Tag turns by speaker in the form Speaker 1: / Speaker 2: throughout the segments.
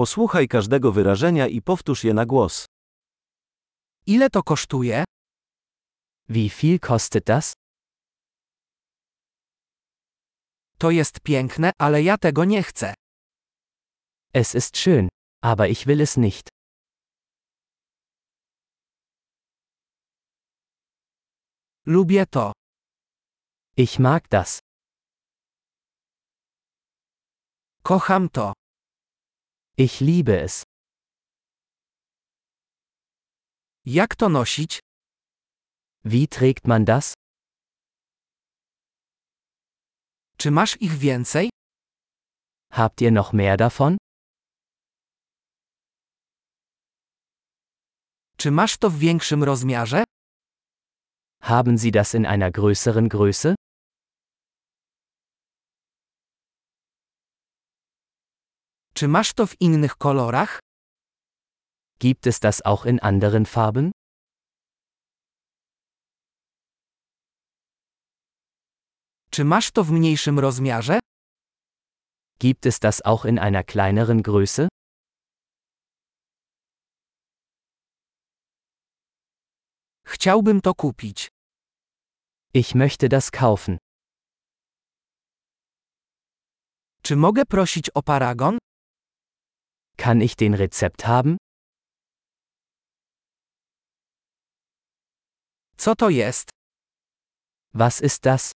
Speaker 1: Posłuchaj każdego wyrażenia i powtórz je na głos.
Speaker 2: Ile to kosztuje?
Speaker 3: Wie viel kostet das?
Speaker 2: To jest piękne, ale ja tego nie chcę.
Speaker 3: Es ist schön, aber ich will es nicht.
Speaker 2: Lubię to.
Speaker 3: Ich mag das.
Speaker 2: Kocham to.
Speaker 3: Ich liebe es.
Speaker 2: Jak to nosić?
Speaker 3: Wie trägt man das?
Speaker 2: Czy masz ich więcej?
Speaker 3: Habt ihr noch mehr davon?
Speaker 2: Czy masz to w większym rozmiarze?
Speaker 3: Haben Sie das in einer größeren Größe?
Speaker 2: Czy masz to w innych kolorach?
Speaker 3: Gibt es das auch in anderen Farben?
Speaker 2: Czy masz to w mniejszym rozmiarze?
Speaker 3: Gibt es das auch in einer kleineren Größe?
Speaker 2: Chciałbym to kupić.
Speaker 3: Ich möchte das kaufen.
Speaker 2: Czy mogę prosić o paragon?
Speaker 3: Kann ich den Rezept haben?
Speaker 2: Co to jest?
Speaker 3: Was ist das?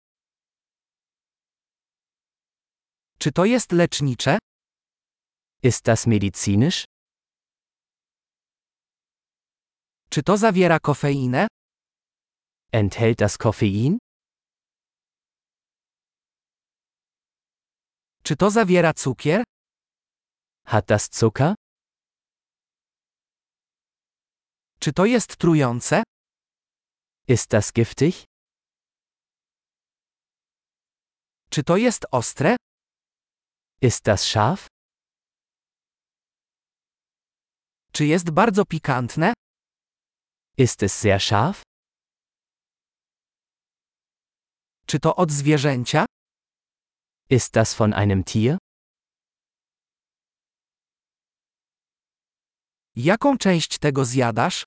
Speaker 2: Czy to jest lecznicze?
Speaker 3: Ist das medizinisch?
Speaker 2: Czy to zawiera kofeinę?
Speaker 3: Enthält das Koffein?
Speaker 2: Czy to zawiera cukier?
Speaker 3: Hat das Zucker?
Speaker 2: Czy to jest trujące?
Speaker 3: Ist das giftig?
Speaker 2: Czy to jest ostre?
Speaker 3: Ist das scharf?
Speaker 2: Czy jest bardzo pikantne?
Speaker 3: Ist es sehr scharf?
Speaker 2: Czy to od zwierzęcia?
Speaker 3: Ist das von einem Tier?
Speaker 2: Jaką część tego zjadasz?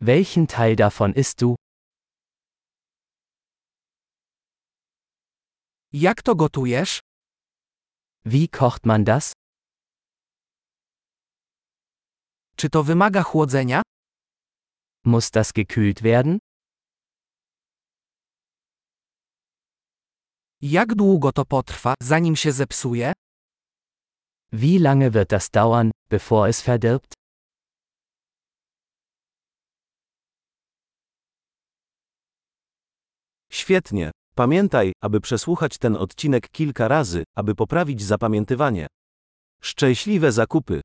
Speaker 3: Welchen Teil davon isst du?
Speaker 2: Jak to gotujesz?
Speaker 3: Wie kocht man das?
Speaker 2: Czy to wymaga chłodzenia?
Speaker 3: Muss das gekühlt werden?
Speaker 2: Jak długo to potrwa, zanim się zepsuje?
Speaker 3: Wie lange wird das dauern, bevor es verdirbt?
Speaker 1: Świetnie. Pamiętaj, aby przesłuchać ten odcinek kilka razy, aby poprawić zapamiętywanie. Szczęśliwe zakupy!